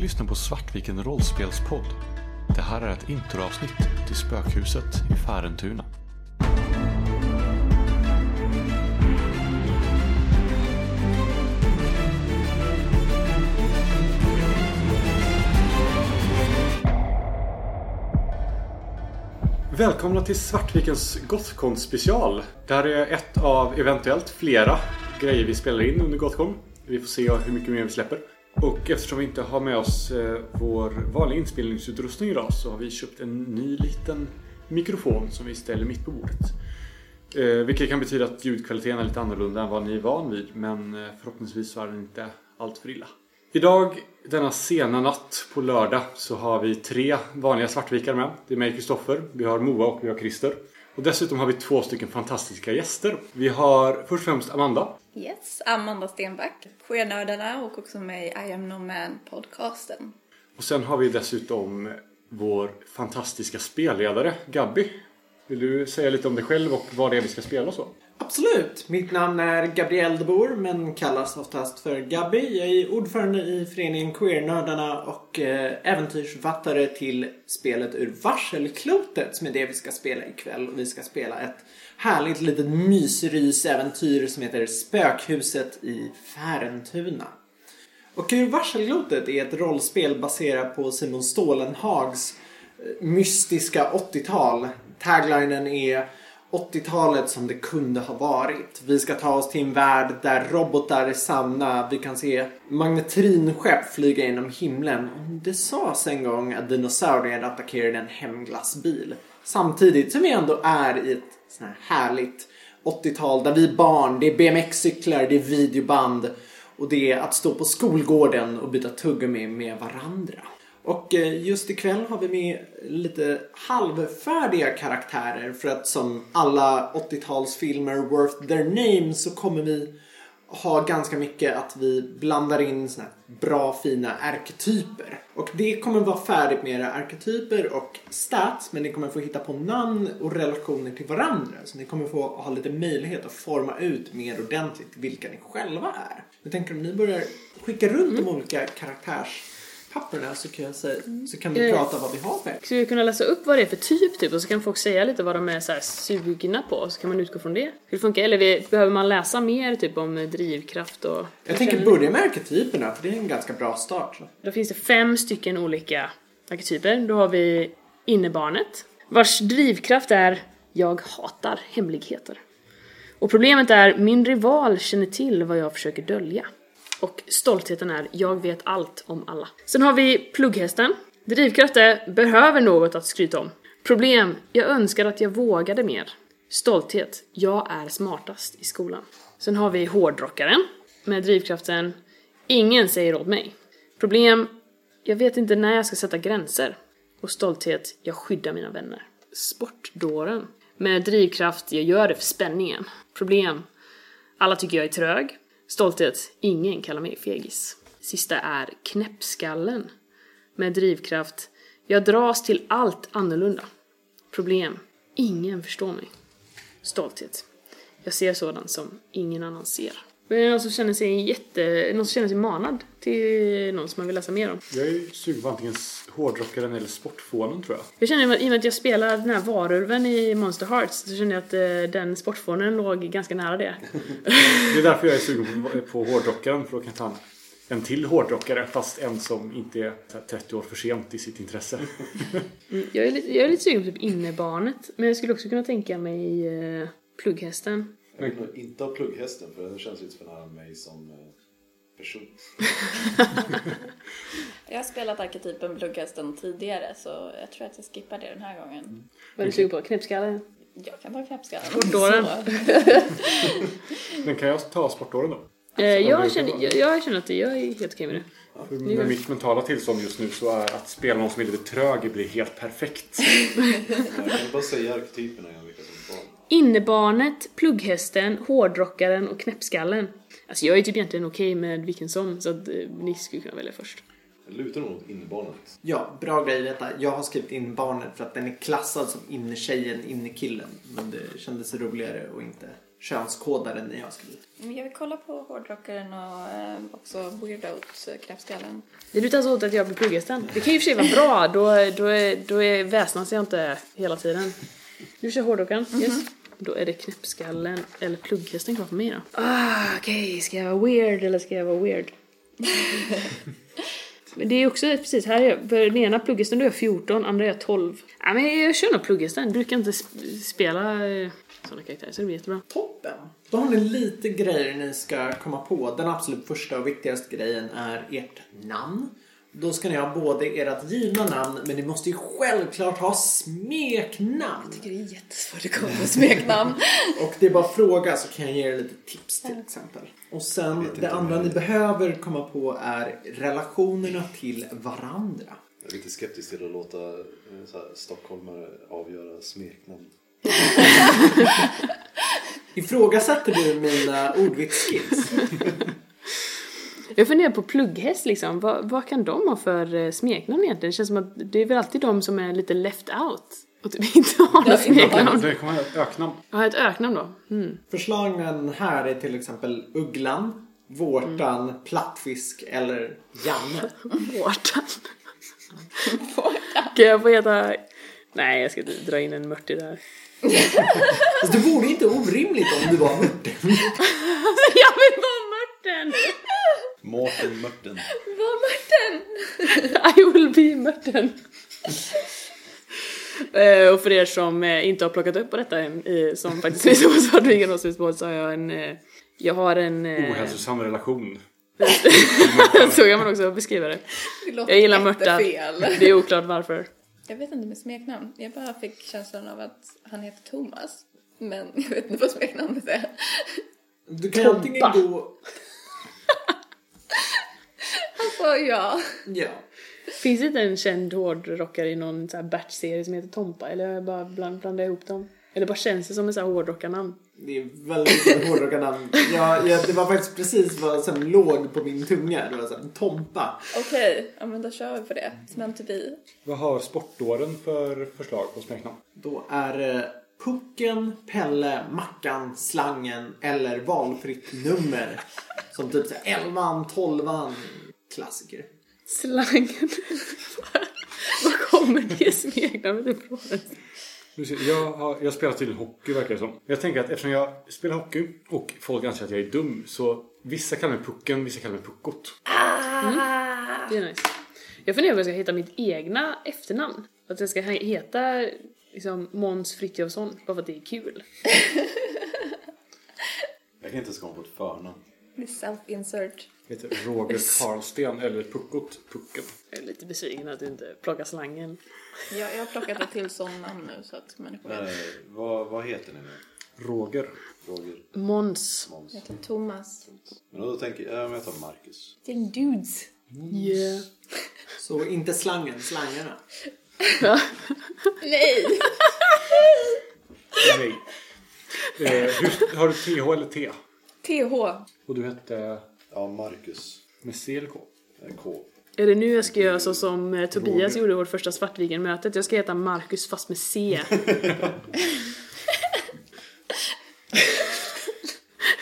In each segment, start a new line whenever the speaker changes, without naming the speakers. lyssnar på Svartviken rollspelspodd. Det här är ett introavsnitt till Spökhuset i Färentuna.
Välkomna till Svartvikens Gothcon special. Det här är ett av eventuellt flera grejer vi spelar in under Gothcon. Vi får se hur mycket mer vi släpper. Och eftersom vi inte har med oss eh, vår vanliga inspelningsutrustning idag så har vi köpt en ny liten mikrofon som vi ställer mitt på bordet. Eh, vilket kan betyda att ljudkvaliteten är lite annorlunda än vad ni är van vid men eh, förhoppningsvis så är den inte allt för illa. Idag, denna sena natt på lördag, så har vi tre vanliga svartvikar med. Det är mig, Kristoffer, vi har Moa och vi har Christer. Och dessutom har vi två stycken fantastiska gäster. Vi har först och främst Amanda.
Yes, Amanda Stenback, Skenördarna och också med i I am no man podcasten.
Och sen har vi dessutom vår fantastiska spelledare, Gabby. Vill du säga lite om dig själv och vad det är vi ska spela och så?
Absolut! Mitt namn är Gabriel de Boer men kallas oftast för Gabby. Jag är ordförande i föreningen Queernördarna och eh, äventyrsvattare till spelet Ur varselklotet som är det vi ska spela ikväll. Och vi ska spela ett härligt litet mysrysäventyr som heter Spökhuset i Färentuna. Och Ur varselklotet är ett rollspel baserat på Simon Stålenhags eh, mystiska 80-tal. Taglinen är 80-talet som det kunde ha varit. Vi ska ta oss till en värld där robotar är sanna. Vi kan se magnetrinskepp flyga genom himlen. Det sades en gång att dinosaurier attackerade en hemglassbil. Samtidigt som vi ändå är i ett sånt här härligt 80-tal där vi är barn, det är BMX-cyklar, det är videoband och det är att stå på skolgården och byta tuggummi med varandra. Och eh, just ikväll har vi med lite halvfärdiga karaktärer för att som alla 80-talsfilmer worth their name så kommer vi ha ganska mycket att vi blandar in såna här bra fina arketyper. Och det kommer vara färdigt med era arketyper och stats men ni kommer få hitta på namn och relationer till varandra. Så ni kommer få ha lite möjlighet att forma ut mer ordentligt vilka ni själva är. Jag tänker om ni börjar skicka runt de olika karaktärspapperna så kan, jag säga, så kan vi
Mm.
prata vad vi har för
Skulle vi kunna läsa upp vad det är för typ, typ och så kan folk säga lite vad de är så här sugna på, så kan man utgå från det? Hur det funkar, eller vi, behöver man läsa mer typ om eh, drivkraft och...
Jag tänker börja med arketyperna för det är en ganska bra start. Så.
Då finns det fem stycken olika arketyper. Då har vi innebarnet, vars drivkraft är “jag hatar hemligheter”. Och problemet är “min rival känner till vad jag försöker dölja”. Och stoltheten är “jag vet allt om alla”. Sen har vi plugghästen. Drivkraft är “behöver något att skryta om”. Problem “jag önskar att jag vågade mer”. Stolthet “jag är smartast i skolan”. Sen har vi hårdrockaren med drivkraften “ingen säger åt mig”. Problem jag vet inte när jag ska sätta gränser. Och stolthet, jag skyddar mina vänner. Sportdåren. Med drivkraft, jag gör det för spänningen. Problem, alla tycker jag är trög. Stolthet, ingen kallar mig fegis. Sista är knäppskallen. Med drivkraft, jag dras till allt annorlunda. Problem, ingen förstår mig. Stolthet, jag ser sådant som ingen annan ser. Men det är någon som känner sig, jätte, någon som känner sig manad till någon som man vill läsa mer om.
Jag är ju sugen på antingen hårdrockaren eller sportfånen tror jag.
Jag känner att i och med att jag spelar den här varulven i Monster Hearts så känner jag att eh, den sportfånen låg ganska nära det.
Det är därför jag är sugen på, på hårdrockaren för då kan jag ta en- en till hårdrockare fast en som inte är så här 30 år för sent i sitt intresse.
Jag är lite, jag är lite sugen på typ innebarnet, men jag skulle också kunna tänka mig eh, plugghästen.
Jag vill nog inte ha plugghästen för den känns lite för nära mig som eh, person.
Jag har spelat arketypen Blugghästen tidigare så jag tror att jag skippar det den här gången.
Vad är du sugen på? Knäppskalle?
Jag kan ta knäppskallen.
Kortdåren.
Så.
Men kan jag ta sportåren då?
Eh, jag, känner, jag, jag känner att jag är helt okej med det.
För med mitt mentala tillstånd just nu så är att spela någon som är lite trög blir helt perfekt.
Jag kan bara säga arketyperna igen vilka som är barn.
Innebarnet, plugghästen, hårdrockaren och knäppskallen. Alltså jag är typ egentligen okej med vilken som, så att eh, ni skulle kunna välja först.
Jag lutar nog åt innebarnet.
Ja, bra grej detta. Jag har skrivit in barnet för att den är klassad som innertjejen, innerkillen. Men det kändes roligare och inte könskodare ni har skrivit.
Men Jag vill kolla på hårdrockaren och eh, också eh, weirdout-knäppskallen.
Det lutar så åt att jag blir plugghästen. Det kan ju i och för sig vara bra, då, då, är, då är väsnas jag inte hela tiden. Du kör hårdrockaren, yes. Då är det knäppskallen eller plugghästen kvar för mig då. Ah, Okej, ska jag vara weird eller ska jag vara weird? Men det är också precis, här är jag, för den ena plugghästen då är jag 14, andra är jag 12. Ja, men jag kör nog plugghästen, jag brukar inte sp- spela eh, sådana karaktärer så det blir jättebra.
Toppen! Då har ni lite grejer ni ska komma på. Den absolut första och viktigaste grejen är ert namn. Då ska ni ha både ert givna namn, men ni måste ju självklart ha smeknamn.
Det är jättesvårt att komma på smeknamn.
Och det är bara att fråga så kan jag ge er lite tips till exempel. Och sen det andra ni behöver komma på är relationerna till varandra.
Jag är lite skeptisk till att låta eh, så här, stockholmare avgöra smeknamn.
Ifrågasätter du mina ordvitsskills?
Jag funderar på plugghäst liksom, vad, vad kan de ha för eh, smeknamn egentligen? Det känns som att det är väl alltid de som är lite left out och typ inte har något smeknamn.
Det kommer ett öknamn.
Jag har ett öknamn då. Mm.
Förslagen här är till exempel Ugglan, Vårtan, Plattfisk eller Janne.
Vårtan. Kan jag få heta... Nej, jag ska inte dra in en mörtig där.
Fast Alltså, det vore inte orimligt om du var mörten.
jag vill vara Mörten!
Mårten Mörten.
Vad Martin!
I will be Mörten. Eh, och för er som eh, inte har plockat upp på detta, eh, som faktiskt är så så har du ingen åsikt på, så har jag en... Eh, jag har en... eh,
Ohälsosam relation.
Så kan man också beskriva det.
Det låter
Jag gillar Mörta.
jättefel.
Det är oklart varför.
Jag vet inte med smeknamn. Jag bara fick känslan av att han heter Thomas. Men jag vet inte vad smeknamnet är.
Du kan
Tompa.
antingen gå...
Alltså, ja.
Ja.
Finns det inte en känd hårdrockare i någon så här Bert-serie som heter Tompa? Eller har jag bara bland, blandar jag ihop dem? Eller bara känns det som en sån här hårdrockarnamn?
Det är väldigt hårdrockat namn. Ja, ja, det var faktiskt precis vad som låg på min tunga. Det var såhär, Tompa.
Okej, ja, men då kör vi på det. Smem to be.
Vad har sportdåren för förslag på smeknamn?
Då är det Pucken, Pelle, Mackan, Slangen eller valfritt nummer. Som typ såhär 11, 12, klassiker.
Slangen. Var kommer det smeknamnet ifrån?
Nu ser- Jag, har, jag spelar tydligen hockey verkar det som. Jag tänker att eftersom jag spelar hockey och folk anser att jag är dum så vissa kallar mig Pucken, vissa kallar mig Puckot.
Det är nice. Jag funderar på om jag ska hitta mitt egna efternamn. Att jag ska he- heta liksom Måns Frithiofsson, bara för att det är kul.
Jag kan inte ens komma på ett förnamn.
Det är Self-insert.
Jag heter Roger Karlsten eller Puckot Pucken.
Jag är lite besviken att du inte plockar slangen.
Jag, jag har plockat ett till sån namn nu så att människor vet.
Nej, Eh, vad, vad heter ni nu?
Roger.
Roger
Måns.
Måns.
Jag heter Thomas.
Men då tänker jag, ja, men jag tar Marcus.
Det är en dudes.
Yeah.
Så inte Slangen, Slangarna.
Nej!
Nej. Eh, hur, har du TH eller T?
TH.
Och du hette
Ja, Marcus.
med C eller K?
Eh, K.
Är det nu jag ska göra så som eh, Tobias gjorde i vårt första Svartviken-mötet? Jag ska heta Marcus fast med C.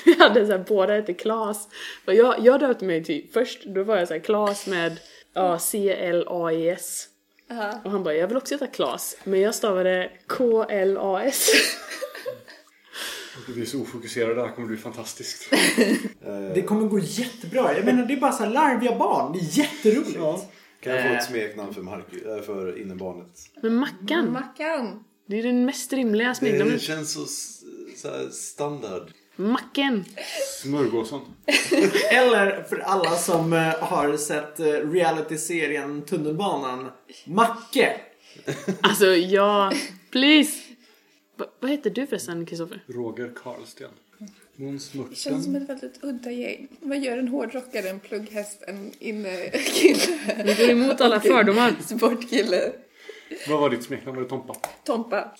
Vi hade så här, båda hette Klas. Och jag, jag döpte mig till, först då var jag så här Klas med ja, C-L-A-E-S.
Aha.
E Och han bara, jag vill också heta Klas. Men jag stavade K-L-A-S.
Du är så ofokuserad, det här kommer bli fantastiskt.
Det kommer gå jättebra. Jag menar, det är bara såhär larviga barn. Det är jätteroligt.
Kan jag få
Eh.
ett smeknamn för, Marcus, eh, för innebarnet?
Men Mackan,
Mackan.
det är den mest rimliga
Det
smeknamnet.
känns så, s- så här standard.
Macken.
Smörgåsen.
Eller för alla som eh, har sett eh, reality-serien Tunnelbanan, Macke.
Alltså, ja. Please. Va- vad heter du förresten, Kristoffer?
Roger Karlsten. Måns
Det känns som
Mörten.
ett väldigt udda gäng. Man gör en hårdrockare, en plugghäst, en innekille,
Vi går emot alla fördomar.
sportkille,
Vad var ditt smeknamn? Var det Tompa?
Tompa.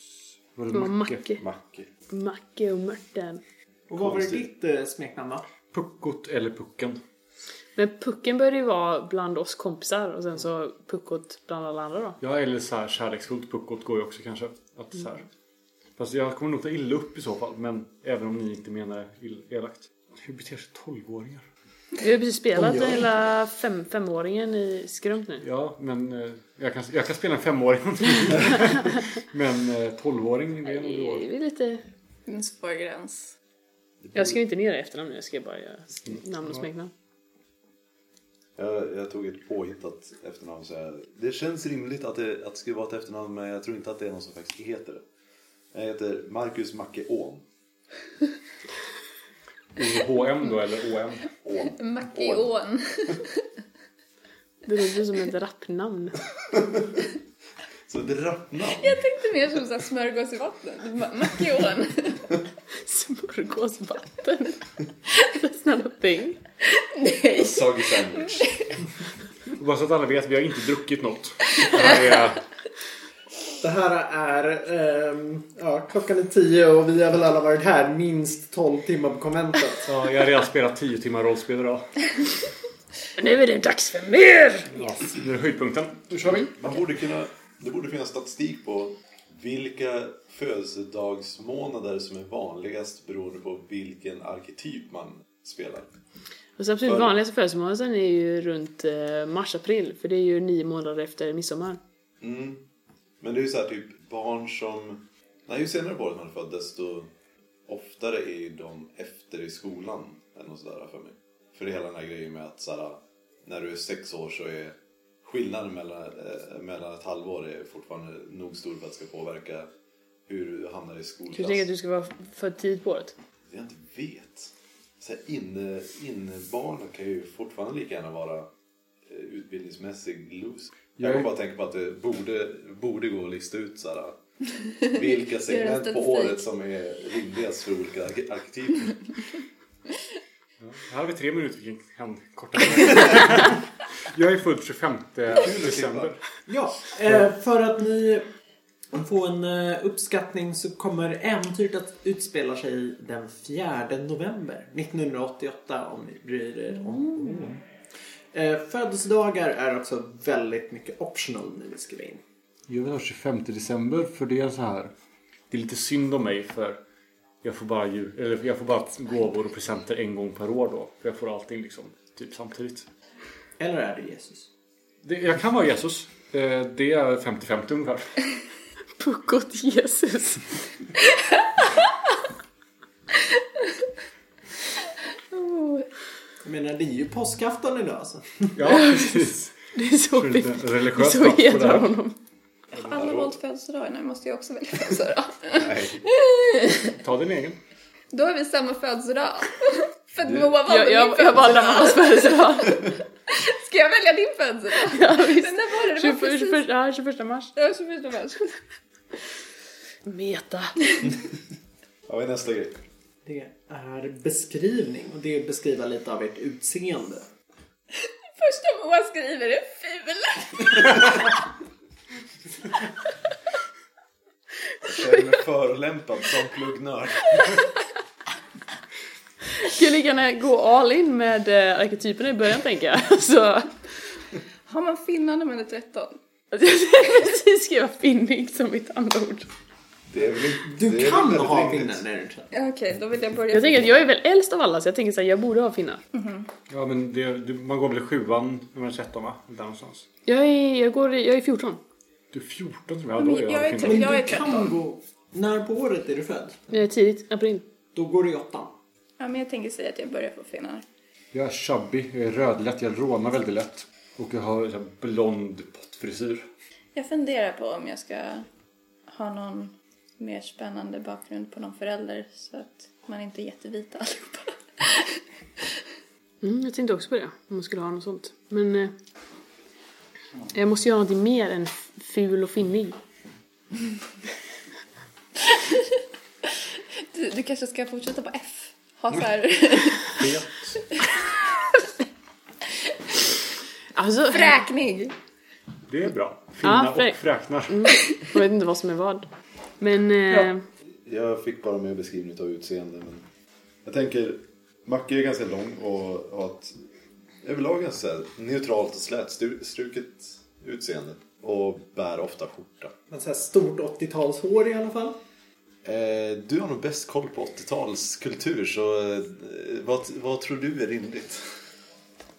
Var det
Det var
Macke?
Macke.
Macke.
Macke och Mörten.
Och vad var det
Konstigt.
ditt eh, smeknamn va?
Puckot eller Pucken?
Men pucken började ju vara bland oss kompisar och sen så puckot bland alla andra då.
Ja, eller så här kärleksfullt puckot går ju också kanske. Att så här, Fast jag kommer nog ta illa upp i så fall, men även om ni inte menar ill- elakt. Hur beter sig 12-åringar?
Vi har precis spelat hela fem, femåringen i skrump nu.
Ja, men eh, jag kan, jag kan spela en femåring. men eh, 12-åring, det är nog då.
Vi är lite...
Finns vår gräns.
Jag skriver inte ner efternamn nu, jag ska bara göra namn och smeknamn.
Jag, jag tog ett påhittat efternamn. Så jag, det känns rimligt att det, att det skulle vara ett efternamn men jag tror inte att det är någon som faktiskt heter det. Jag heter Marcus Macke Åhn.
OHM då, eller OM?
Åhn.
Makion.
Det låter som ett rappnamn.
Så ett rappnamn.
Jag tänkte mer som så här smörgås i vatten. Ma- Makion.
Smörgåsvatten. Snälla thing.
Nej.
Soggy sandwich.
Bara så att alla vet, vi har inte druckit något. Det här är-
Det här är... ehm, ja, klockan är tio och vi har väl alla varit här minst 12 timmar på konventet.
ja, jag har redan spelat 10 timmar rollspel idag.
Nu är det dags för mer!
Nu är det höjdpunkten. Nu kör vi.
Man borde kunna, det borde finnas statistik på vilka födelsedagsmånader som är vanligast beroende på vilken arketyp man spelar.
Och så absolut vanligaste födelsemånaden är ju runt eh, mars-april, för det är ju nio månader efter midsommar.
Men det är ju så här typ barn som... Nej, ju senare på året man är född desto oftare är ju de efter i skolan. Eller något sådär för mig. För det är hela den här grejen med att så här, när du är sex år så är skillnaden mellan, eh, mellan ett halvår är fortfarande nog stor för att det ska påverka hur du hamnar i
Du tänker att
skolklass.
du ska vara född tidigt på året?
Jag inte vet. Så här, inne, innebarnen kan ju fortfarande lika gärna vara eh, utbildningsmässig loser. Jag kan bara tänka på att det borde, borde gå att lista ut så här, eh, vilka segment på
statistik.
året som är rimligast för olika arke- arketyper.
Här har vi tre minuter, vi kan korta Jag är född 25 december.
Ja, eh, för att ni får en eh, uppskattning så kommer äventyret att utspela sig den 4 november 1988 om ni bryr er om mm. eh, Födelsedagar är också väldigt mycket optional nu vi skriver in.
Jag vill ha 25 december för det är så här. Det är lite synd om mig för jag får bara, ju, eller jag får bara gåvor och presenter en gång per år då. För jag får allting liksom typ samtidigt.
Eller är det Jesus?
Det, jag kan vara Jesus. Eh, Det är 50-50 ungefär.
Puckot Jesus.
Jag menar, det är ju påskafton idag alltså.
Ja, precis.
Det är så
Tror du
vi...
inte
Det är
religiöst
så
plats på
vi
det
hedrar
här?
honom.
Alla valt födelsedag. Nu måste jag också välja födelsedag.
Ta din egen.
Då har vi samma födelsedag. För att Moa valde
Jag, jag,
min
jag valde
födelsedag.
mammas födelsedag.
Ska jag välja din födelsedag?
Ja, visst.
Men när var det? Det var
21,
precis...
21, ja, 21 mars.
Det var 21 mars.
Meta.
Ja, vad är nästa grej?
Det är beskrivning och det är att beskriva lite av ert utseende.
Första Moa skriver är ful.
Jag känner mig förolämpad som pluggnörd.
Skulle lika gärna gå all in med eh, arketyperna i början tänker jag. Så...
Har man finnar när man är 13?
Jag tänkte precis skriva finnig som mitt andra ord.
Det är väl,
Du
det är
kan
väl
ha
väldigt rimligt.
vinnaren är det inte?
Ja, Okej, då vill jag börja.
Jag tänker att jag är väl äldst av alla så jag tänker såhär, jag borde ha finnar.
Ja, men det, det, man går väl i sjuan när man är 13 va? Där någonstans.
Jag är, jag går, i- jag är 14.
Du är 14 tror jag. Ja, då är jag,
Men jag är
kvinna.
Men
Jag
du
är
kan gå... När på året är du född?
Eh, Tidigt, april.
Då går du i åttan.
Ja, men jag tänker säga att jag börjar på finnar.
Jag är chubby, jag är rödlätt, jag rånar väldigt lätt. Och jag har så här blond pottfrisyr.
Jag funderar på om jag ska ha någon mer spännande bakgrund på någon förälder så att man inte är jättevita allihopa.
Mm, jag tänkte också på det, om man skulle ha något sånt. Men... Eh, jag måste göra någonting mer än f- ful och finnig.
Du, du kanske ska fortsätta på F. Ha så här
Fet.
Alltså,
fräknig.
Det är bra.
Ja,
Finna
frä-
och fräknar.
jag vet inte vad som är vad. Men... Eh,
Jag fick bara med beskrivning av utseende. Men jag tänker, Macke är ganska lång och har ett överlag ganska neutralt och slätstruket utseende. Och bär ofta skjorta.
Men så här stort 80-talshår i alla fall.
Eh, du har nog bäst koll på 80-talskultur så eh, vad, vad tror du är rimligt?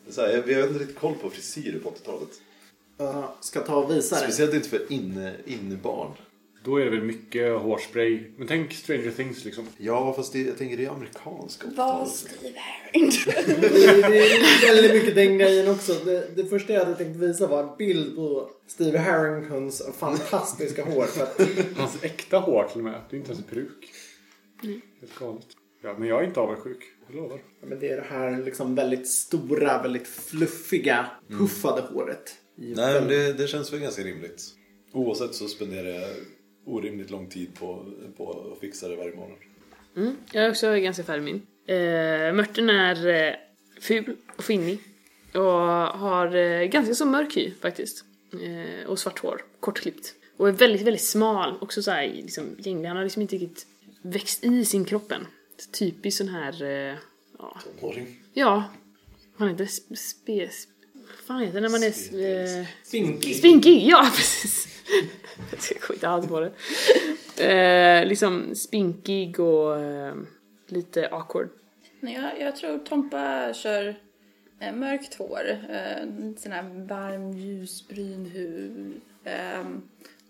Så här, jag, vi har inte riktigt koll på frisyrer på 80-talet.
Jag ska ta och visa dig.
Speciellt inte för inne, innebarn.
Då är det väl mycket hårspray. Men tänk Stranger Things liksom.
Ja, fast det, jag tänker det är amerikanska
Vad
80-talet.
Steve Herring.
Det, det är väldigt mycket den grejen också. Det, det första jag hade tänkt visa var en bild på Steve Harringtons fantastiska hår. För att,
Hans äkta hår till och med. Det är inte ens en peruk. Helt galet. Ja, men jag är inte avundsjuk. Jag lovar.
men det är det här liksom väldigt stora, väldigt fluffiga, puffade håret. I
Nej, men
väldigt-
det, det känns väl ganska rimligt. Oavsett så spenderar jag orimligt lång tid på, på att fixa det varje månad.
Jag är också ganska färdig med min. Eh, Mörten är eh, ful och skinnig. Och har eh, ganska så mörk hy faktiskt. Eh, och svart hår, kortklippt. Och är väldigt, väldigt smal. Också så här, liksom, gänglig. Han har liksom inte riktigt växt i sin kroppen. Typisk sån här... Eh, ja.
Tonåring.
ja. Man heter spe... spe vad fan heter det när man är... Eh,
Spinkigt.
Spinkig, ja precis. Jag kommer inte alls på det. Eh, liksom spinkig och eh, lite awkward.
Nej, jag, jag tror Tompa kör eh, mörkt hår, eh, sån här varm ljusbrun hud. ehm,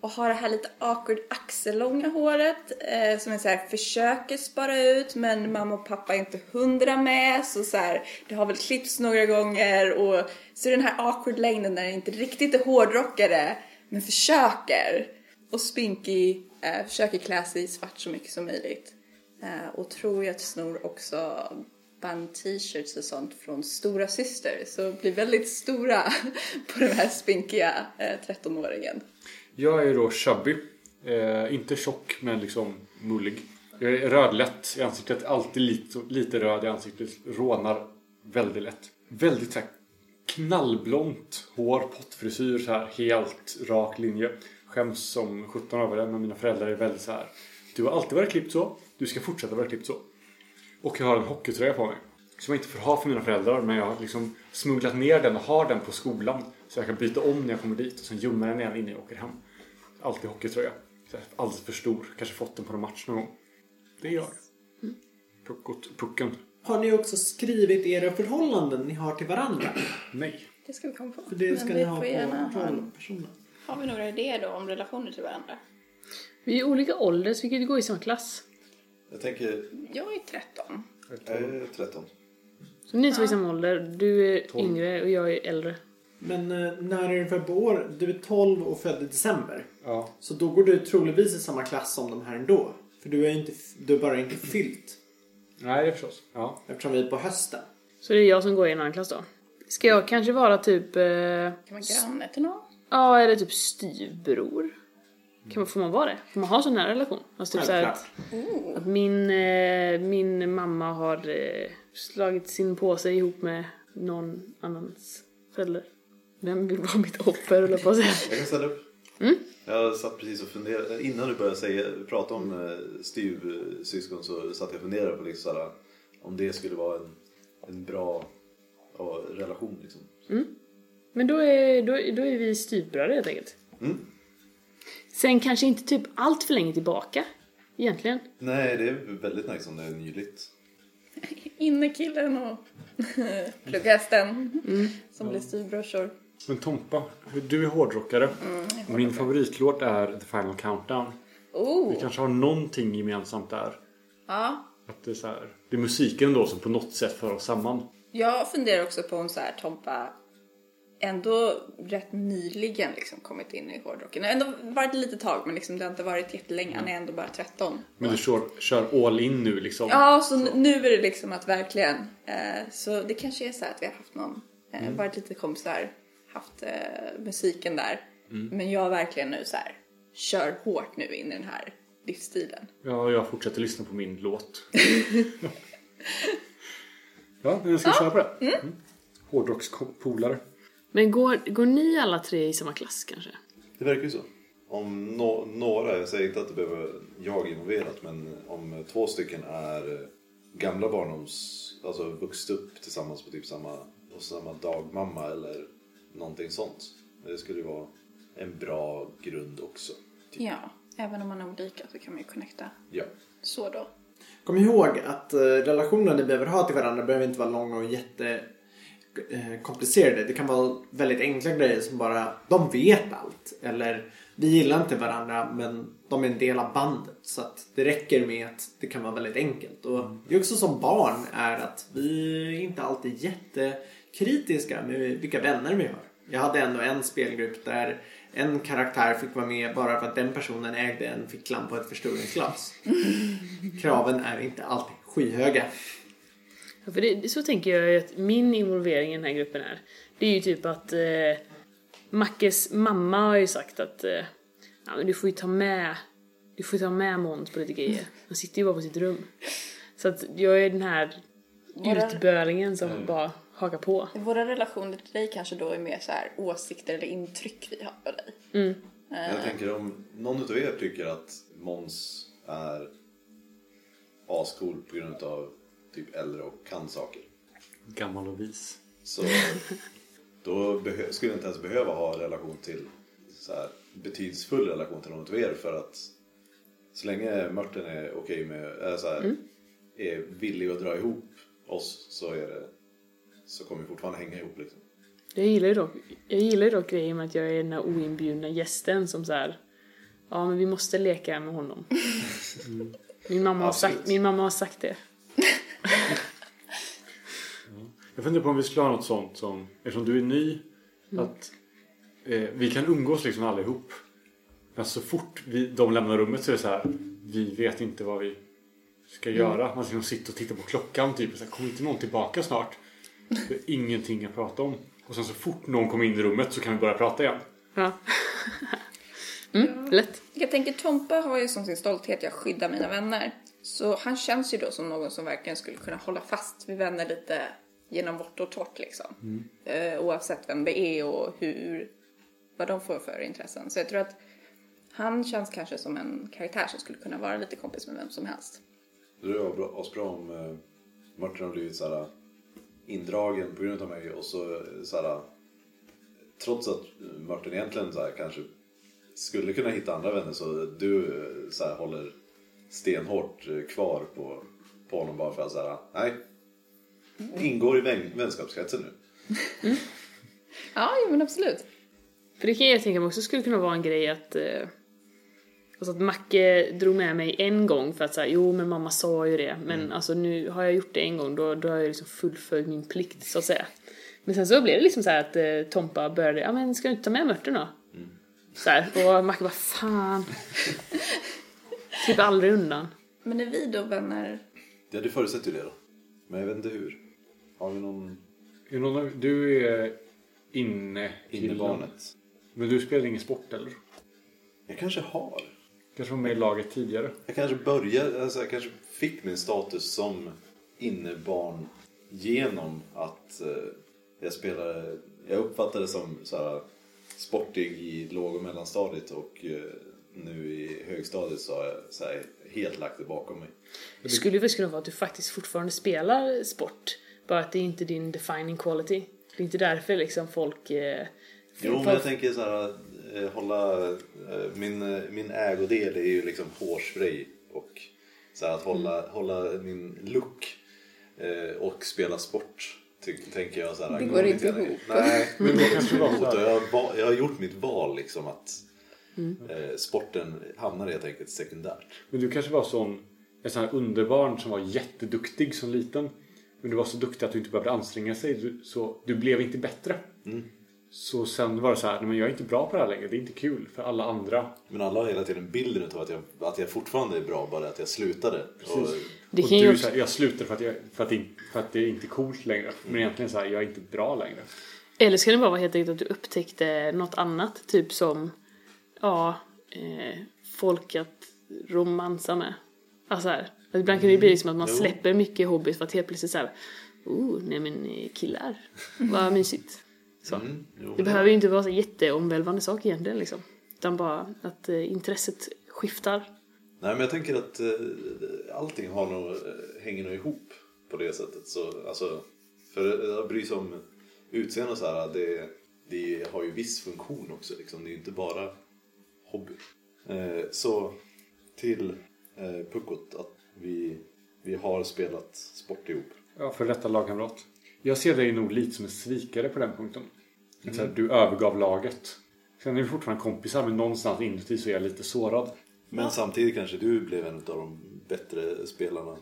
och har det här lite awkward axellånga håret eh, som jag så här, försöker spara ut men mamma och pappa är inte hundra med så, så här, det har väl klippts några gånger och så är det den här awkward längden där det inte riktigt är hårdrockare men försöker. Och Spinky eh, försöker klä sig i svart så mycket som möjligt. Eh, Och tror jag att snor också band t-shirts och sånt från stora syster. Så blir väldigt stora på den här spinkiga eh, 13-åringen.
Jag är då chubby. Eh, inte tjock, men liksom mullig. Jag är rödlätt i ansiktet. Alltid lite, lite röd i ansiktet. Rånar väldigt lätt. Väldigt så här knallblont hår, pottfrisyr, så här helt rak linje. Skäms som 17 över det, men mina föräldrar är väldigt så här. Du har alltid varit klippt så. Du ska fortsätta vara klippt så. Och jag har en hockeytröja på mig. Som jag inte får ha för mina föräldrar men jag har liksom smugglat ner den och har den på skolan. Så jag kan byta om när jag kommer dit och sen gömma den igen innan jag åker hem. Alltid hockeytröja. Så här, Alldeles för stor. Kanske fått den på någon match någon gång. Det är jag. Mm. Puckot, pucken.
Har ni också skrivit era förhållanden ni har till varandra?
Nej.
Det ska vi komma på.
För det ska
Men
ni
vi
ha
får
på
gärna ha en-
personen.
Har vi några idéer då om relationer till varandra?
Vi är olika ålder så vi kan ju gå i samma klass.
Jag tänker,
Jag är 13.
jag är 13.
Så ni två är i samma ålder, du är yngre och jag är äldre.
Men eh, när är du född på år? Du är 12 och född i december.
Ja.
Så då går du troligtvis i samma klass som de här ändå. För du är ju inte, du är bara inte fyllt.
Nej, det förstås. Ja.
Eftersom vi är på hösten.
Så det är jag som går i en annan klass då. Ska jag kanske vara typ, eh,
Kan man granne till någon?
ja eller typ styvbror? Kan man, får man vara det? Får man ha sån här relation? Alltså typ så här att,
Självklart.
Att Min, eh, min mamma har eh, slagit sin påse ihop med någon annans förälder. Vem vill vara mitt offer eller på att säga.
Jag kan ställa upp. Jag satt precis och funderade, innan du började säga, prata om eh, styvsyskon så satt jag och funderade på liksom så här, om det skulle vara en, en bra ja, relation. Liksom.
Men då är, då, är- då är vi styvbröder helt enkelt. Sen kanske inte typ allt för länge tillbaka egentligen.
Nej, det är väldigt nice om det är nyligt.
Innekillen och plugghästen
Mm.
som blir styvbrorsor.
Men Tompa, du Mm, är hårdrockare. Min favoritlåt är The Final Countdown. Vi
Oh!
kanske har någonting gemensamt där.
Ja,
Att det, är så här, det är musiken då som på något sätt för oss samman.
Jag funderar också på om så här, Tompa ändå rätt nyligen liksom kommit in i hårdrocken. Det har ändå varit ett litet tag men liksom det har inte varit jättelänge. Han är ändå bara 13.
Men du kör, kör all in nu liksom.
Ja, så n- nu är det liksom att verkligen. Eh, så det kanske är så här att vi har haft någon, eh, varit lite kompisar, haft eh, musiken där. Men jag har verkligen nu så här, kör hårt nu in i den här livsstilen.
Ja, jag fortsätter lyssna på min låt. ja, men jag ska köra på det. Mm. Hårdrockspolare.
Men går, går ni alla tre i samma klass kanske?
Det verkar ju så. Om nå- några, jag säger inte att det behöver jag involverat, men om två stycken är eh, gamla barndoms... Alltså vuxit upp tillsammans på typ samma, hos samma dagmamma eller eh, någonting sånt. Det skulle ju vara en bra grund också.
Ja. Även om man är olika så kan man ju connecta
Ja.
så då.
Kom ihåg att eh, relationerna ni behöver ha till varandra behöver inte vara långa och jätte eh, komplicerade. Det kan vara väldigt enkla grejer som bara de vet allt. Eller vi gillar inte varandra men de är en del av bandet. Så att det räcker med att det kan vara väldigt enkelt. Och det är också som barn är att vi är inte alltid jättekritiska med vilka vänner vi har. Jag hade ändå en spelgrupp där en karaktär fick vara med bara för att den personen ägde en ficklampa och ett förstoringsglas. Kraven är inte alltid skyhöga.
Ja, för det, det- så tänker jag ju att min involvering i den här gruppen är. Det är ju typ att eh, Mackes mamma har ju sagt att eh, ja, men du får ju ta med du får ju ta med Måns på lite grejer. Han sitter ju bara på sitt rum. Så att jag är den här
Våra-
utbölingen som bara hakar på.
Våra relationer till dig kanske då är mer så här åsikter eller intryck vi har på dig.
Jag tänker om någon utav er tycker att Mons är ascool på grund av typ äldre och kan saker.
Gammal och vis.
Så då behö- skulle jag inte ens behöva ha en relation till så här, betydelsefull relation till någon utav er för att så länge Martin är okej med, är, så här, är villig att dra ihop oss så är det så kommer vi fortfarande hänga ihop liksom.
Jag gillar ju dock, jag gillar ju dock grejen med att jag är den här oinbjudna gästen som så här. Ja men vi måste leka med honom. Min mamma, har sagt,
Absolut.
min mamma har sagt det.
Jag funderar på om vi skulle ha något sånt som, eftersom du är ny, att eh, vi kan umgås liksom allihop. Men så fort vi, de lämnar rummet så är det så här, vi vet inte vad vi ska göra. Man liksom sitter och tittar på klockan typ. och Så här, kommer inte någon tillbaka snart? Det är ingenting att prata om. Och sen så fort någon kommer in i rummet så kan vi börja prata igen.
Ja. Mm, lätt.
Jag tänker Tompa har ju som sin stolthet jag skyddar mina vänner. Så han känns ju då som någon som verkligen skulle kunna hålla fast vid vänner lite genom vått och torrt liksom. Eh, oavsett vem det är och hur, vad de får för intressen. Så jag tror att han känns kanske som en karaktär som skulle kunna vara lite kompis med vem som helst.
Det hade varit bra- asbra om eh, Martin har blivit såhär indragen på grund av mig och så såhär trots att eh, Martin egentligen såhär kanske skulle kunna hitta andra vänner så du eh, såhär håller stenhårt eh, kvar på, på honom bara för att såhär nej ingår i vän, vänskapskretsen nu.
Ja, jo, men absolut.
För det kan jag tänka mig också skulle kunna vara en grej att eh, Alltså att Macke drog med mig en gång för att säga jo men mamma sa ju det
Mm.
men alltså nu har jag gjort det en gång då, då har jag liksom fullföljt min plikt så att säga. Men sen så blev det liksom så här att eh, Tompa började, ja men ska du inte ta med Mörten då?
Mm.
Så här, och Macke bara fan. Slipper aldrig undan.
Men är vi då vänner?
Ja du förutsätter ju det då. Men jag vet inte hur. Har vi någon
Är det någon av- Du är inne
inne i barnet?
Men du spelar ingen sport eller?
Jag kanske har.
Kanske var med i laget tidigare?
Jag kanske började, alltså jag kanske fick min status som innebarn genom att eh, jag spelade, jag uppfattades som så här, sportig i låg och mellanstadiet och eh, nu i högstadiet så har jag så här, helt lagt det bakom mig.
Det skulle ju faktiskt kunna vara att du faktiskt fortfarande spelar sport. Bara att det är inte din defining quality. Det är inte därför liksom folk... Eh,
Jo men jag tänker så här, eh, hålla, eh, min, eh, min ägodel är ju liksom hårspray och så här, att
Mm.
hålla, hålla min look eh, och spela sport. ty- Tänker jag så här,
Det
går
går inte
gärna-
ihop.
Nej,
Men det kanske var
emot.
så
Och
här.
jag, har va- jag har gjort mitt val liksom att
Mm.
eh, sporten hamnar helt enkelt sekundärt.
Men du kanske var sån, en sån här underbarn som var jätteduktig som liten. Men du var så duktig att du inte behövde anstränga sig. Du, så du blev inte bättre. Så sen var det så här, nej men jag är inte bra på det här längre. Det är inte kul för alla andra.
Men alla har hela tiden bilden av att jag, att jag fortfarande är bra bara att jag slutade. Och,
Precis.
Det
och
kan ju
du
också-
så här, jag slutar för att, jag, för, att det, in- för att det är inte är coolt längre. Men egentligen så här, jag är inte bra längre.
Eller ska det bara vara helt enkelt att du upptäckte något annat, typ som ja, eh, folk att romansa med. Alltså här, att ibland kan det ju bli liksom att man
Mm. Jo.
släpper mycket hobbies för att helt plötsligt såhär, oh, nej men eh, killar, vad mysigt. Så.
mm, jo,
Det behöver ju inte vara så jätteomvälvande sak egentligen liksom. Utan bara att eh, intresset skiftar.
Nej men jag tänker att eh, allting har nog, eh, hänger nog ihop på det sättet. Så, alltså, för att bry sig om utseende och så här, det, det har ju viss funktion också. Liksom. Det är ju inte bara hobby. Eh, så till eh, Puckot att vi, vi har spelat sport ihop.
Ja, för detta lagkamrat. Jag ser dig nog lite som en svikare på den punkten. Att så här, Du övergav laget. Sen är vi fortfarande kompisar, men någonstans inuti så är jag lite sårad.
Men samtidigt kanske du blev en av de bättre spelarna.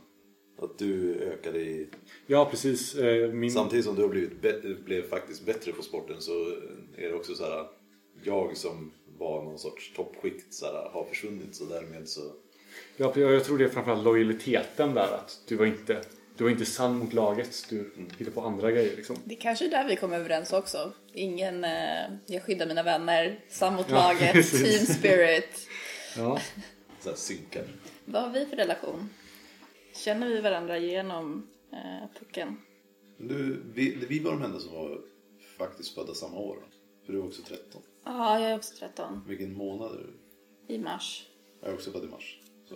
Att du ökade i...
Ja, precis. eh, Min...
Samtidigt som du har blivit bä- blev faktiskt bättre på sporten så är det också så här. Jag som var någon sorts toppskikt så här, har försvunnit så därmed så...
Ja, jag, jag tror det är framförallt lojaliteten där. Att du var inte, du var inte sann mot laget. Du hittade på andra grejer liksom.
Det kanske är där vi kommer överens också. Ingen, eh, jag skyddar mina vänner, sam mot laget, team spirit.
Ja.
så här, synkar.
Vad har vi för relation? Känner vi varandra genom eh, pucken?
Du, vi, vi var de enda som var faktiskt födda samma år. För du var också 13.
Ja, jag är också 13.
Vilken månad är du?
I mars.
Jag är också född i mars. Så.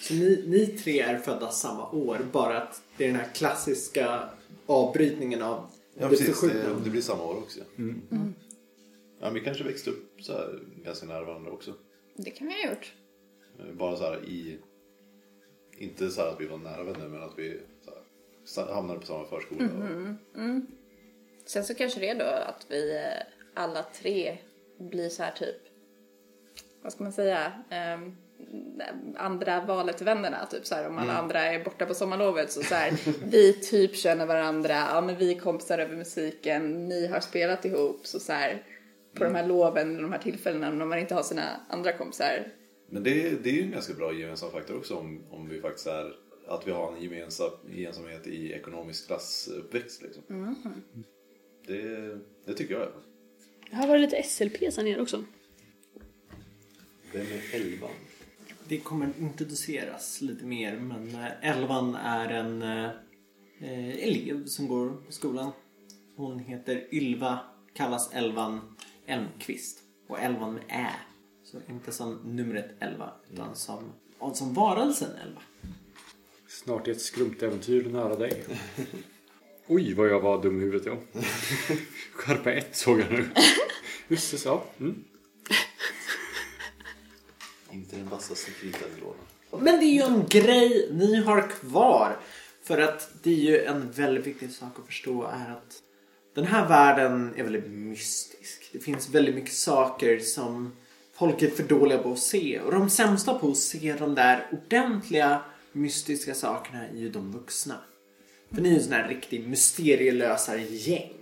Så ni, ni tre är födda samma år, bara att det är den här klassiska avbrytningen av
Ja,
det
precis.
förskjutna.
Det, det blir samma år också. Mm. Ja, vi kanske växte upp så här, ganska nära varandra också.
Det kan vi ha gjort.
Eh, Bara så här i... Inte så här att vi var nära vänner, men att vi så här, sa- hamnade på samma förskola.
Sen så kanske det är då att vi eh, alla tre blir så här typ, vad ska man säga, ehm, andra valet vännerna typ så här om alla
Mm.
andra är borta på sommarlovet så så här, vi typ känner varandra, ja men vi är kompisar över musiken, ni har spelat ihop så så här på de
Mm.
här loven, de här tillfällena när man inte har sina andra kompisar.
Men det, det är ju en ganska bra gemensam faktor också om, om vi faktiskt är... Att vi har en gemensam, gemensamhet i ekonomisk klassuppväxt liksom. Det, det tycker jag i alla fall.
Här var det lite SLP sen ner också.
Vem är elvan?
Det kommer introduceras lite mer men eh, Elvan är en eh, eh, elev som går i skolan. Hon heter Ylva, kallas Elvan Elmqvist. Och Elvan med Ä. Så inte som numret Elva utan
Mm.
som, och som varelsen Elva.
Snart är ett skrumt äventyr nära dig. Oj, vad jag var dum i huvudet jag. Skärpa ett såg jag nu. Jösses, ja. Mm.
Inte den vassaste krita i lådan.
Men det är ju en grej ni har kvar. För att det är ju en väldigt viktig sak att förstå är att den här världen är väldigt mystisk. Det finns väldigt mycket saker som folk är för dåliga på att se. Och de sämsta på att se de där ordentliga mystiska sakerna är ju de vuxna. För ni är ju en sån här riktig mysterielösargäng.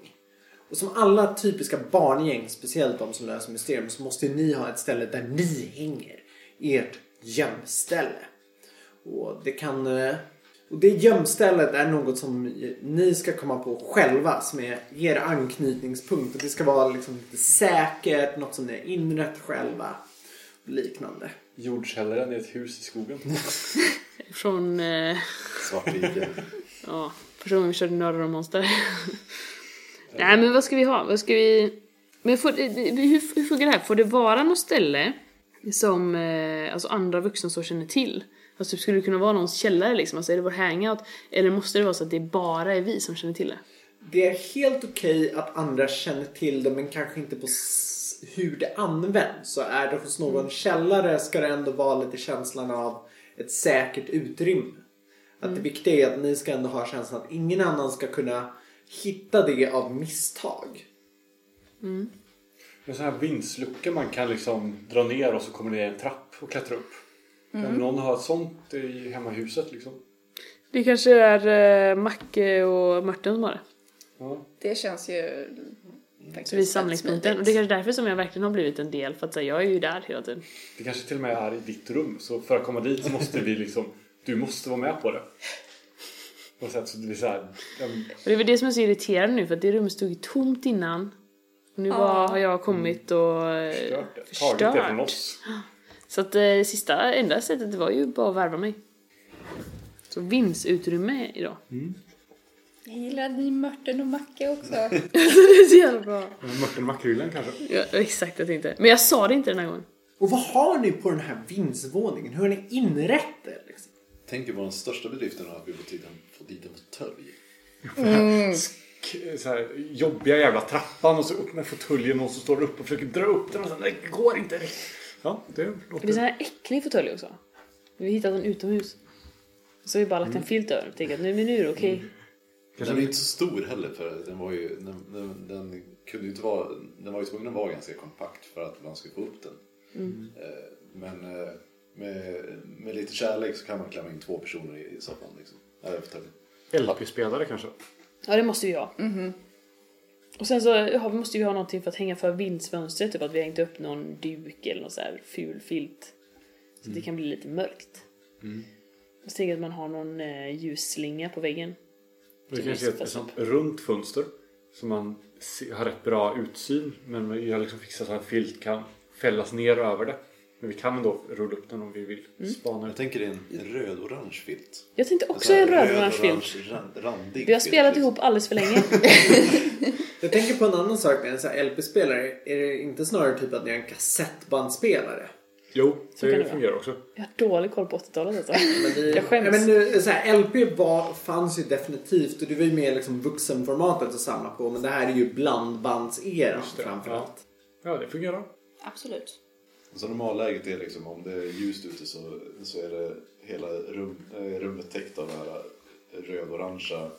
Och som alla typiska barngäng, speciellt de som löser mysterium, så måste ni ha ett ställe där ni hänger. Ert gömställe. Och det kan... eh, Och det gömstället är något som ni ska komma på själva som är er anknytningspunkt. Och det ska vara liksom lite säkert, något som ni har inrett själva. Och liknande.
Jordkällaren är ett hus i skogen.
Från, eh,
Svartviken.
ja, första gången vi körde Nördar och Monster. Nej men vad ska vi ha? Vad ska vi... Men får, det- det- hur, hur funkar det här? Får det vara något ställe som eh, alltså andra vuxna så känner till? Alltså typ, skulle det kunna vara någons källare liksom? Alltså är det vår hangout? Eller måste det vara så att det bara är vi som känner till det?
Det är helt okej att andra känner till det men kanske inte på s- hur det används. Så är det hos någon källare ska det ändå vara lite känslan av ett säkert utrymme. Att det viktiga är att ni ska ändå ha känslan att ingen annan ska kunna hitta det av misstag.
Med sådana här vindsluckor man kan liksom dra ner och så kommer det en trapp och klättra upp. Kan någon ha ett sånt i hemma i huset liksom?
Det kanske är eh, Macke och Martin som har det.
Ja.
Det känns ju faktiskt
Mm. Så vi är
väldigt
samlingspunkten.
smidigt.
Och det är kanske är därför som jag verkligen har blivit en del, för att så här, jag är ju där hela tiden.
Det kanske till och med är i ditt rum. Så för att komma dit så måste vi liksom... Du måste vara med på det. På något sätt så det blir så här, ja,
Och det är väl det som är så irriterande nu, för att det rummet stod ju tomt innan. Och nu var, har jag kommit och eh,
förstört det.
förstört.
Tagit det från oss.
Så att eh, sista, enda sättet det var ju bara att värva mig. Så vindsutrymme idag.
Jag gillar att ni är Mörten och Macke också.
det är så jävla bra.
Mörten Makrillen kanske?
Ja, exakt, jag tänkte. Men jag sa det inte den här gången.
Och vad har ni på den här vindsvåningen? Hur har ni inrett det? Liksom?
Tänk er på den största bedriften av att vi på tiden få dit en fåtölj.
K- Så här, jobbiga jävla trappan och så upp med fåtöljen och så står du upp och försöker dra upp den och sen det går inte riktigt. Ja, det
Det är en
låter...
sån här äcklig fåtölj också. Vi har hittat den utomhus. Så har vi bara lagt en filt över den och tänkt att nu men nu är det okej.
Den är inte så stor heller för den var ju, den, den, den kunde ju inte vara, den var ju tvungen att vara ganska kompakt för att man skulle få upp den.
Mm.
Eh, Men eh, med, med lite kärlek så kan man klämma in två personer i soffan liksom. Eller fåtöljen.
LP-spelare kanske.
Ja, det måste vi ha. Och sen så ja, vi måste vi ha någonting för att hänga för vindsfönstret, typ att vi har hängt upp någon duk eller någon så här ful filt. Så att det kan bli lite mörkt. Och så tänker jag att man har någon eh, ljusslinga på väggen.
Det
Till
kanske är ett,
viss
ett sånt runt fönster. Så man se- har rätt bra utsyn. Men vi har liksom fixat så att en filt kan fällas ner över det. Men vi kan ändå rulla upp den om vi vill.
Mm.
Spana
Jag
ut.
tänker en, en röd-orange filt.
Jag tänkte också
Så här
en röd-orange filt.
röd-orange, ran- randig
Vi har
filt,
spelat
liksom.
ihop alldeles för länge.
Jag tänker på en annan sak med en sån här LP-spelare. Är det inte snarare typ att ni har en kassettbandspelare?
Jo,
Så kan det
det
vara.
fungerar också.
Jag har dålig koll på 80-talet alltså.
Vi-
Jag skäms.
Ja, Men, nu, så här, LP var, fanns ju definitivt och det var ju mer liksom vuxenformatet att samla på. Men det här är ju blandbandseran
det,
framförallt.
Ja, det fungerar.
Absolut.
Så normalläget är liksom om det är ljust ute så, så är det hela rum, eh, rummet täckt av det här röd-orangea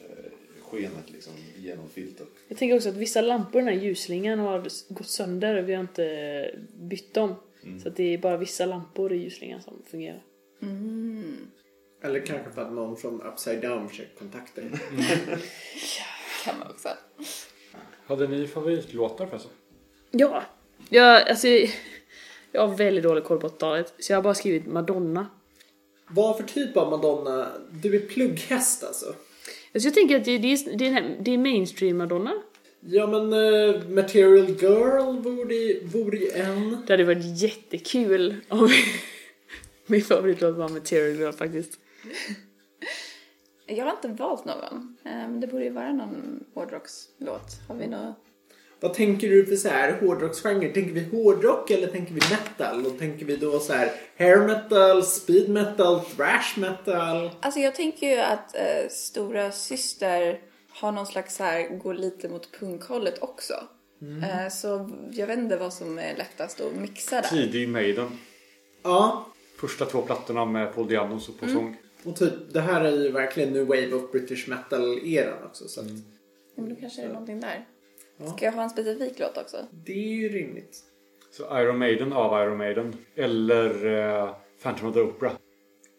eh, skenet liksom genom filten.
Jag tänker också att vissa lampor, den här ljusslingan, har s- gått sönder och vi har inte bytt dem. Så att det är bara vissa lampor i ljusslingan som fungerar.
Eller kanske för att någon från Upside Down försöker kontakta er.
Kan man också.
Hade ni favoritlåtar förresten?
Ja, jag, alltså, jag har väldigt dålig koll på 80-talet så jag har bara skrivit Madonna.
Vad för typ av Madonna? Du är plugghäst alltså.
Alltså jag tänker att det, det, är, det, är, den här- det är mainstream Madonna.
Ja men eh, Material Girl vore ju- vore ju en.
Det hade varit jättekul om min favoritlåt var Material Girl faktiskt.
Jag har inte valt någon. Eh, men Det borde ju vara någon hårdrockslåt. Har vi något?
Vad tänker du för så här hårdrocksgenre? Tänker vi hårdrock eller tänker vi metal? Och tänker vi då så här hair metal, speed metal, thrash metal?
Alltså jag tänker ju att eh, stora syster har någon slags så här, går lite mot punkhållet också. Eh, så jag vet inte vad som är lättast att mixa där.
Tidig Maiden.
Ja,
Första två plattorna med Paul Diamonds och på
Mm.
sång.
och typ det här är ju verkligen nu wave of British metal-eran också. Så att
Ja, Men då kanske det är någonting där. Ska jag ha en specifik låt också?
det är ju rimligt.
Så Iron Maiden av Iron Maiden. Eller eh, Phantom of the Opera.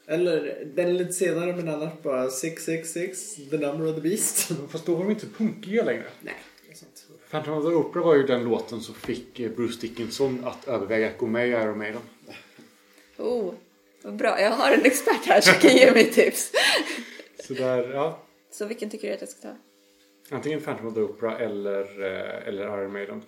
Eller den lite senare men annars bara 666, the number of the beast.
Fast då var de inte punkiga längre.
Nej, det är sant.
Phantom of the Opera var ju den låten som fick eh, Bruce Dickinson att överväga att gå med i Iron Maiden.
Oh, vad bra. Jag har en expert här som kan ge mig tips.
Så där, ja.
Så vilken tycker du att jag ska ta?
Antingen Phantom of the Opera eller, eh, eller Iron Maiden.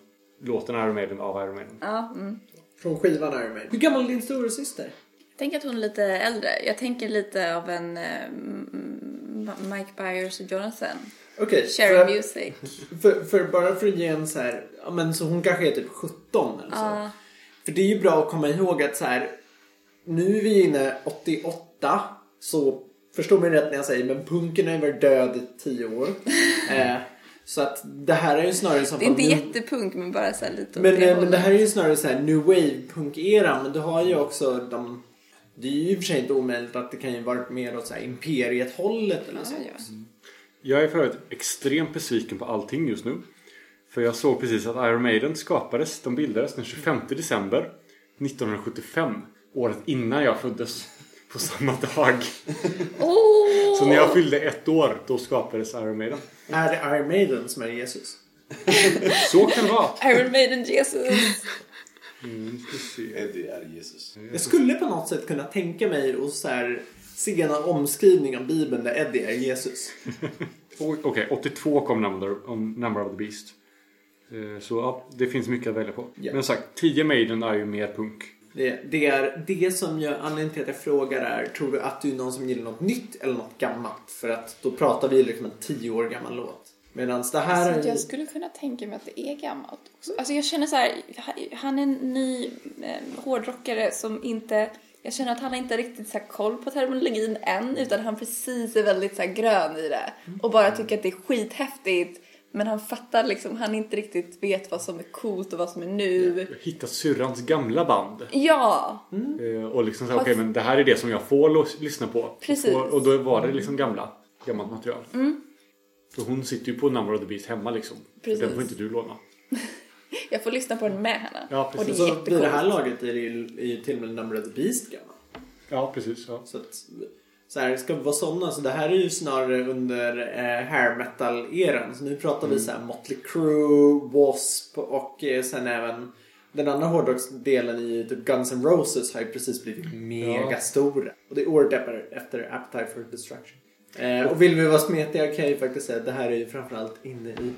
Låten Iron Maiden av Iron Maiden.
Ja, mm.
Från skivan Iron Maiden. Hur gammal är din storasyster?
Jag tänker att hon är lite äldre. Jag tänker lite av en eh, M- M- Mike Byers och Jonathan.
Okej,
Cherry
för,
Music.
för, för bara för att ge en så här, ja men så hon kanske är typ 17 eller så.
Ja.
För det är ju bra att komma ihåg att så här, nu är vi inne 88 så förstår man ju rätt när jag säger men punken har ju varit död i 10 år. eh, så att det här är ju snarare som
Det är inte
nu-
jättepunk men bara så här lite åt
men, eh, men
hållet.
det här är ju snarare så här new wave punk era men du har ju också de det är ju i och för sig inte omöjligt att det kan ju varit mer åt så här imperiet hållet eller så.
Ja, ja.
Jag är för övrigt extremt besviken på allting just nu. För jag såg precis att Iron Maiden skapades, de bildades den 25 december 1975. Året innan jag föddes. På samma dag.
Åh!
Så när jag fyllde ett år, då skapades Iron Maiden.
Är det Iron Maiden som är Jesus?
Så kan det vara. Mm,
Iron Maiden Jesus!
Eddie är Jesus.
Jag skulle på något sätt kunna tänka mig och så här se en omskrivning av Bibeln där Eddie är Jesus.
Oj, Okej, 82 kom Number, om Number of the Beast. Eh, Så ja, det finns mycket att välja på.
Ja.
Men som sagt, 10 Maiden är ju mer punk.
Det, det är det som jag, anledningen till att jag frågar är, tror du att du är någon som gillar något nytt eller något gammalt? För att då pratar vi liksom en tio år gammal låt. Medan det här är...
Alltså, jag skulle kunna tänka mig att det är gammalt också. Alltså jag känner så här, han är en ny eh, hårdrockare som inte, jag känner att han har inte riktigt så här koll på terminologin
Mm.
än utan han precis är väldigt så här grön i det och bara tycker att det är skithäftigt Men han fattar liksom, han inte riktigt vet vad som är coolt och vad som är nu.
Hittat syrrans gamla band.
Ja!
Eh, Och liksom såhär, okej men det här är det som jag får los- lyssna på. Och
Precis. Mm.
får- Och då var det liksom gamla, gammalt material. Så hon sitter ju på Number of the Beast hemma liksom.
Precis.
Den får inte du låna.
Jag får lyssna på den med henne.
Ja, precis.
Och det är
Så vid det här
jättecoolt.
laget är det ju, är ju till och med Number of the Beast gammal.
Ja, precis. Ja.
Så att, så här, ska vi vara sådana? Så det här är ju snarare under eh, hair metal-eran. Så nu pratar vi så här Motley Crue, W.A.S.P. och eh, sen även den andra hårdrocksdelen i typ Guns N' Roses har ju precis blivit mega stora. Och det är året efter, efter Appetite for Destruction. Eh, och vill vi vara smetiga kan jag ju faktiskt säga att det här är ju framförallt inne i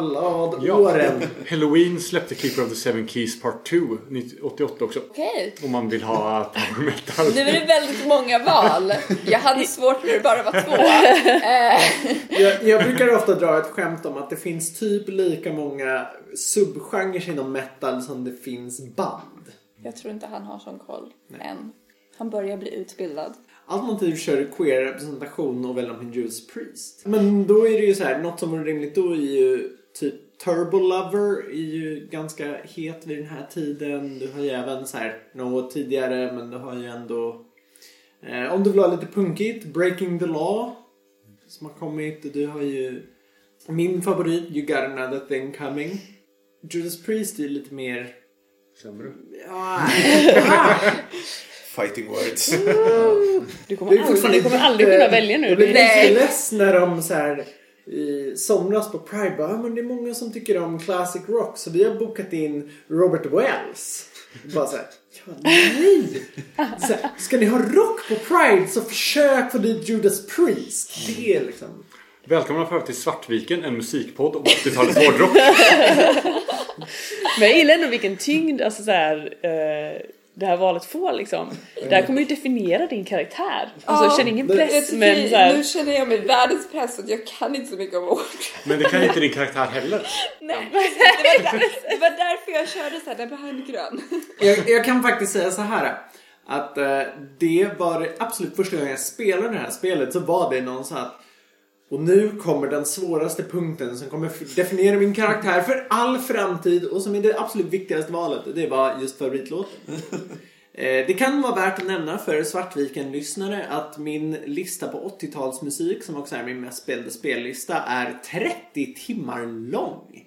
powerballad-åren.
Halloween släppte Keeper of the Seven Keys Part 2 88 också.
Okej.
Om man vill ha power metal.
Nu är det väldigt många val. Jag hade svårt när det bara var två. Eh,
Jag, jag brukar ofta dra ett skämt om att det finns typ lika många subgenrer inom metal som det finns band.
Jag tror inte han har sån koll än. Han börjar bli utbildad.
Alternativt typ kör du queer-representation och väljer om Judas Priest. Men då är det ju så här, något som vore rimligt då är ju typ Turbo Lover är ju ganska het vid den här tiden. Du har ju även så här något tidigare men du har ju ändå eh, om du vill ha lite punkigt, Breaking the Law som har kommit. Du har ju min favorit, You Got Another Thing Coming. Judas Priest är ju lite mer
Sämre.
ja,
Fighting words.
Du kommer aldrig, du kommer aldrig kunna välja nu.
Jag blir
Det är-
lite less när de så här i somras på Pride bara, "Ja, men det är många som tycker om classic rock så vi har bokat in Robert Wells. Bara så här, ja, nej! Så här, ska ni ha rock på Pride så försök få dit Judas Priest. Det är liksom...
Välkomna för övrigt till Svartviken, en musikpodd om 80-talets hårdrock.
Men jag gillar ändå vilken tyngd alltså så här, eh, det här valet får liksom. Det här kommer ju definiera din karaktär.
Ja,
Alltså jag känner ingen
det-
Jag
press
tycker-
men så
Nu
här,
känner jag mig världens press för att jag kan inte så mycket om ord.
Men det kan inte din karaktär heller.
Nej, det, var där, det var därför jag körde såhär, den här är grön.
jag, jag kan faktiskt säga så här. Att eh, det var det absolut första gången jag spelade det här spelet så var det någon så här att och nu kommer den svåraste punkten som kommer f- definiera min karaktär för all framtid och som är det absolut viktigaste valet. och Det var just favoritlåten. Eh, Det kan vara värt att nämna för Svartviken-lyssnare att min lista på 80-talsmusik, som också är min mest spelade spellista, är 30 timmar lång.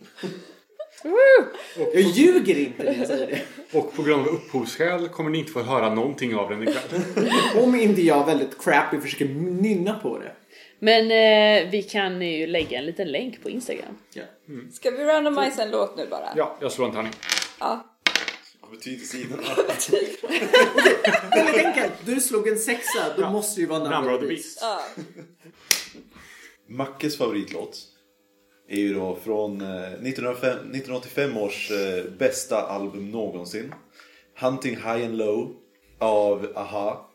Jag ljuger inte när jag säger det.
Och på grund av upphovsskäl kommer ni inte få höra någonting av den ikväll.
Om inte jag väldigt crappy försöker nynna på det.
Men eh, vi kan ju lägga en liten länk på Instagram.
Ska vi randomisa en låt nu bara?
Ja, jag slår en tärning.
Ja.
Vad betyder sidorna?
Väldigt enkelt. Du slog en sexa, då
Ja.
måste ju vara
Number of the Beast.
ja.
Mackes favoritlåt är ju då från eh, 1905, 1985 års eh, bästa album någonsin. Hunting High and Low av Aha.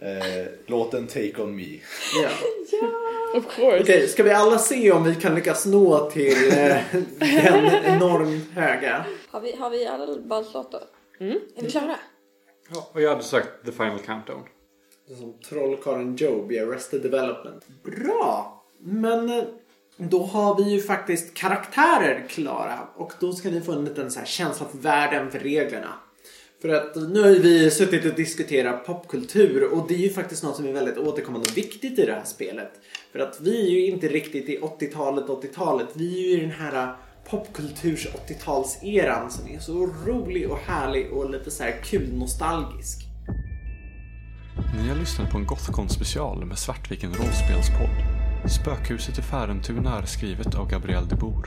Eh, låten Take On Me.
Ja.
Of course.
Okej, ska vi alla se om vi kan lyckas nå till eh, den enormt höga?
Har, vi, har vi alla valt låt då?
Mm.
Är vi klara?
Ja, och jag hade sagt The Final Countdown.
Som trollkarlen Job i Arrested Development. Bra! Men eh, då har vi ju faktiskt karaktärer klara och då ska ni få en liten så här känsla för världen, för reglerna. För att nu har ju vi suttit och diskuterat popkultur och det är ju faktiskt något som är väldigt återkommande och viktigt i det här spelet. För att vi är ju inte riktigt i 80-talet, 80-talet. Vi är ju i den här popkulturs 80-talseran som är så rolig och härlig och lite så här kul nostalgisk.
Ni har lyssnat på en Gothcon special med Svartviken rollspelspodd. Spökhuset i Färentuna är skrivet av Gabriel de Boer.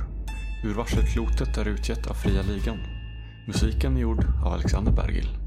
Ur Varselklotet är utgett av Fria Ligan. Musiken är gjord av Alexander Bergil.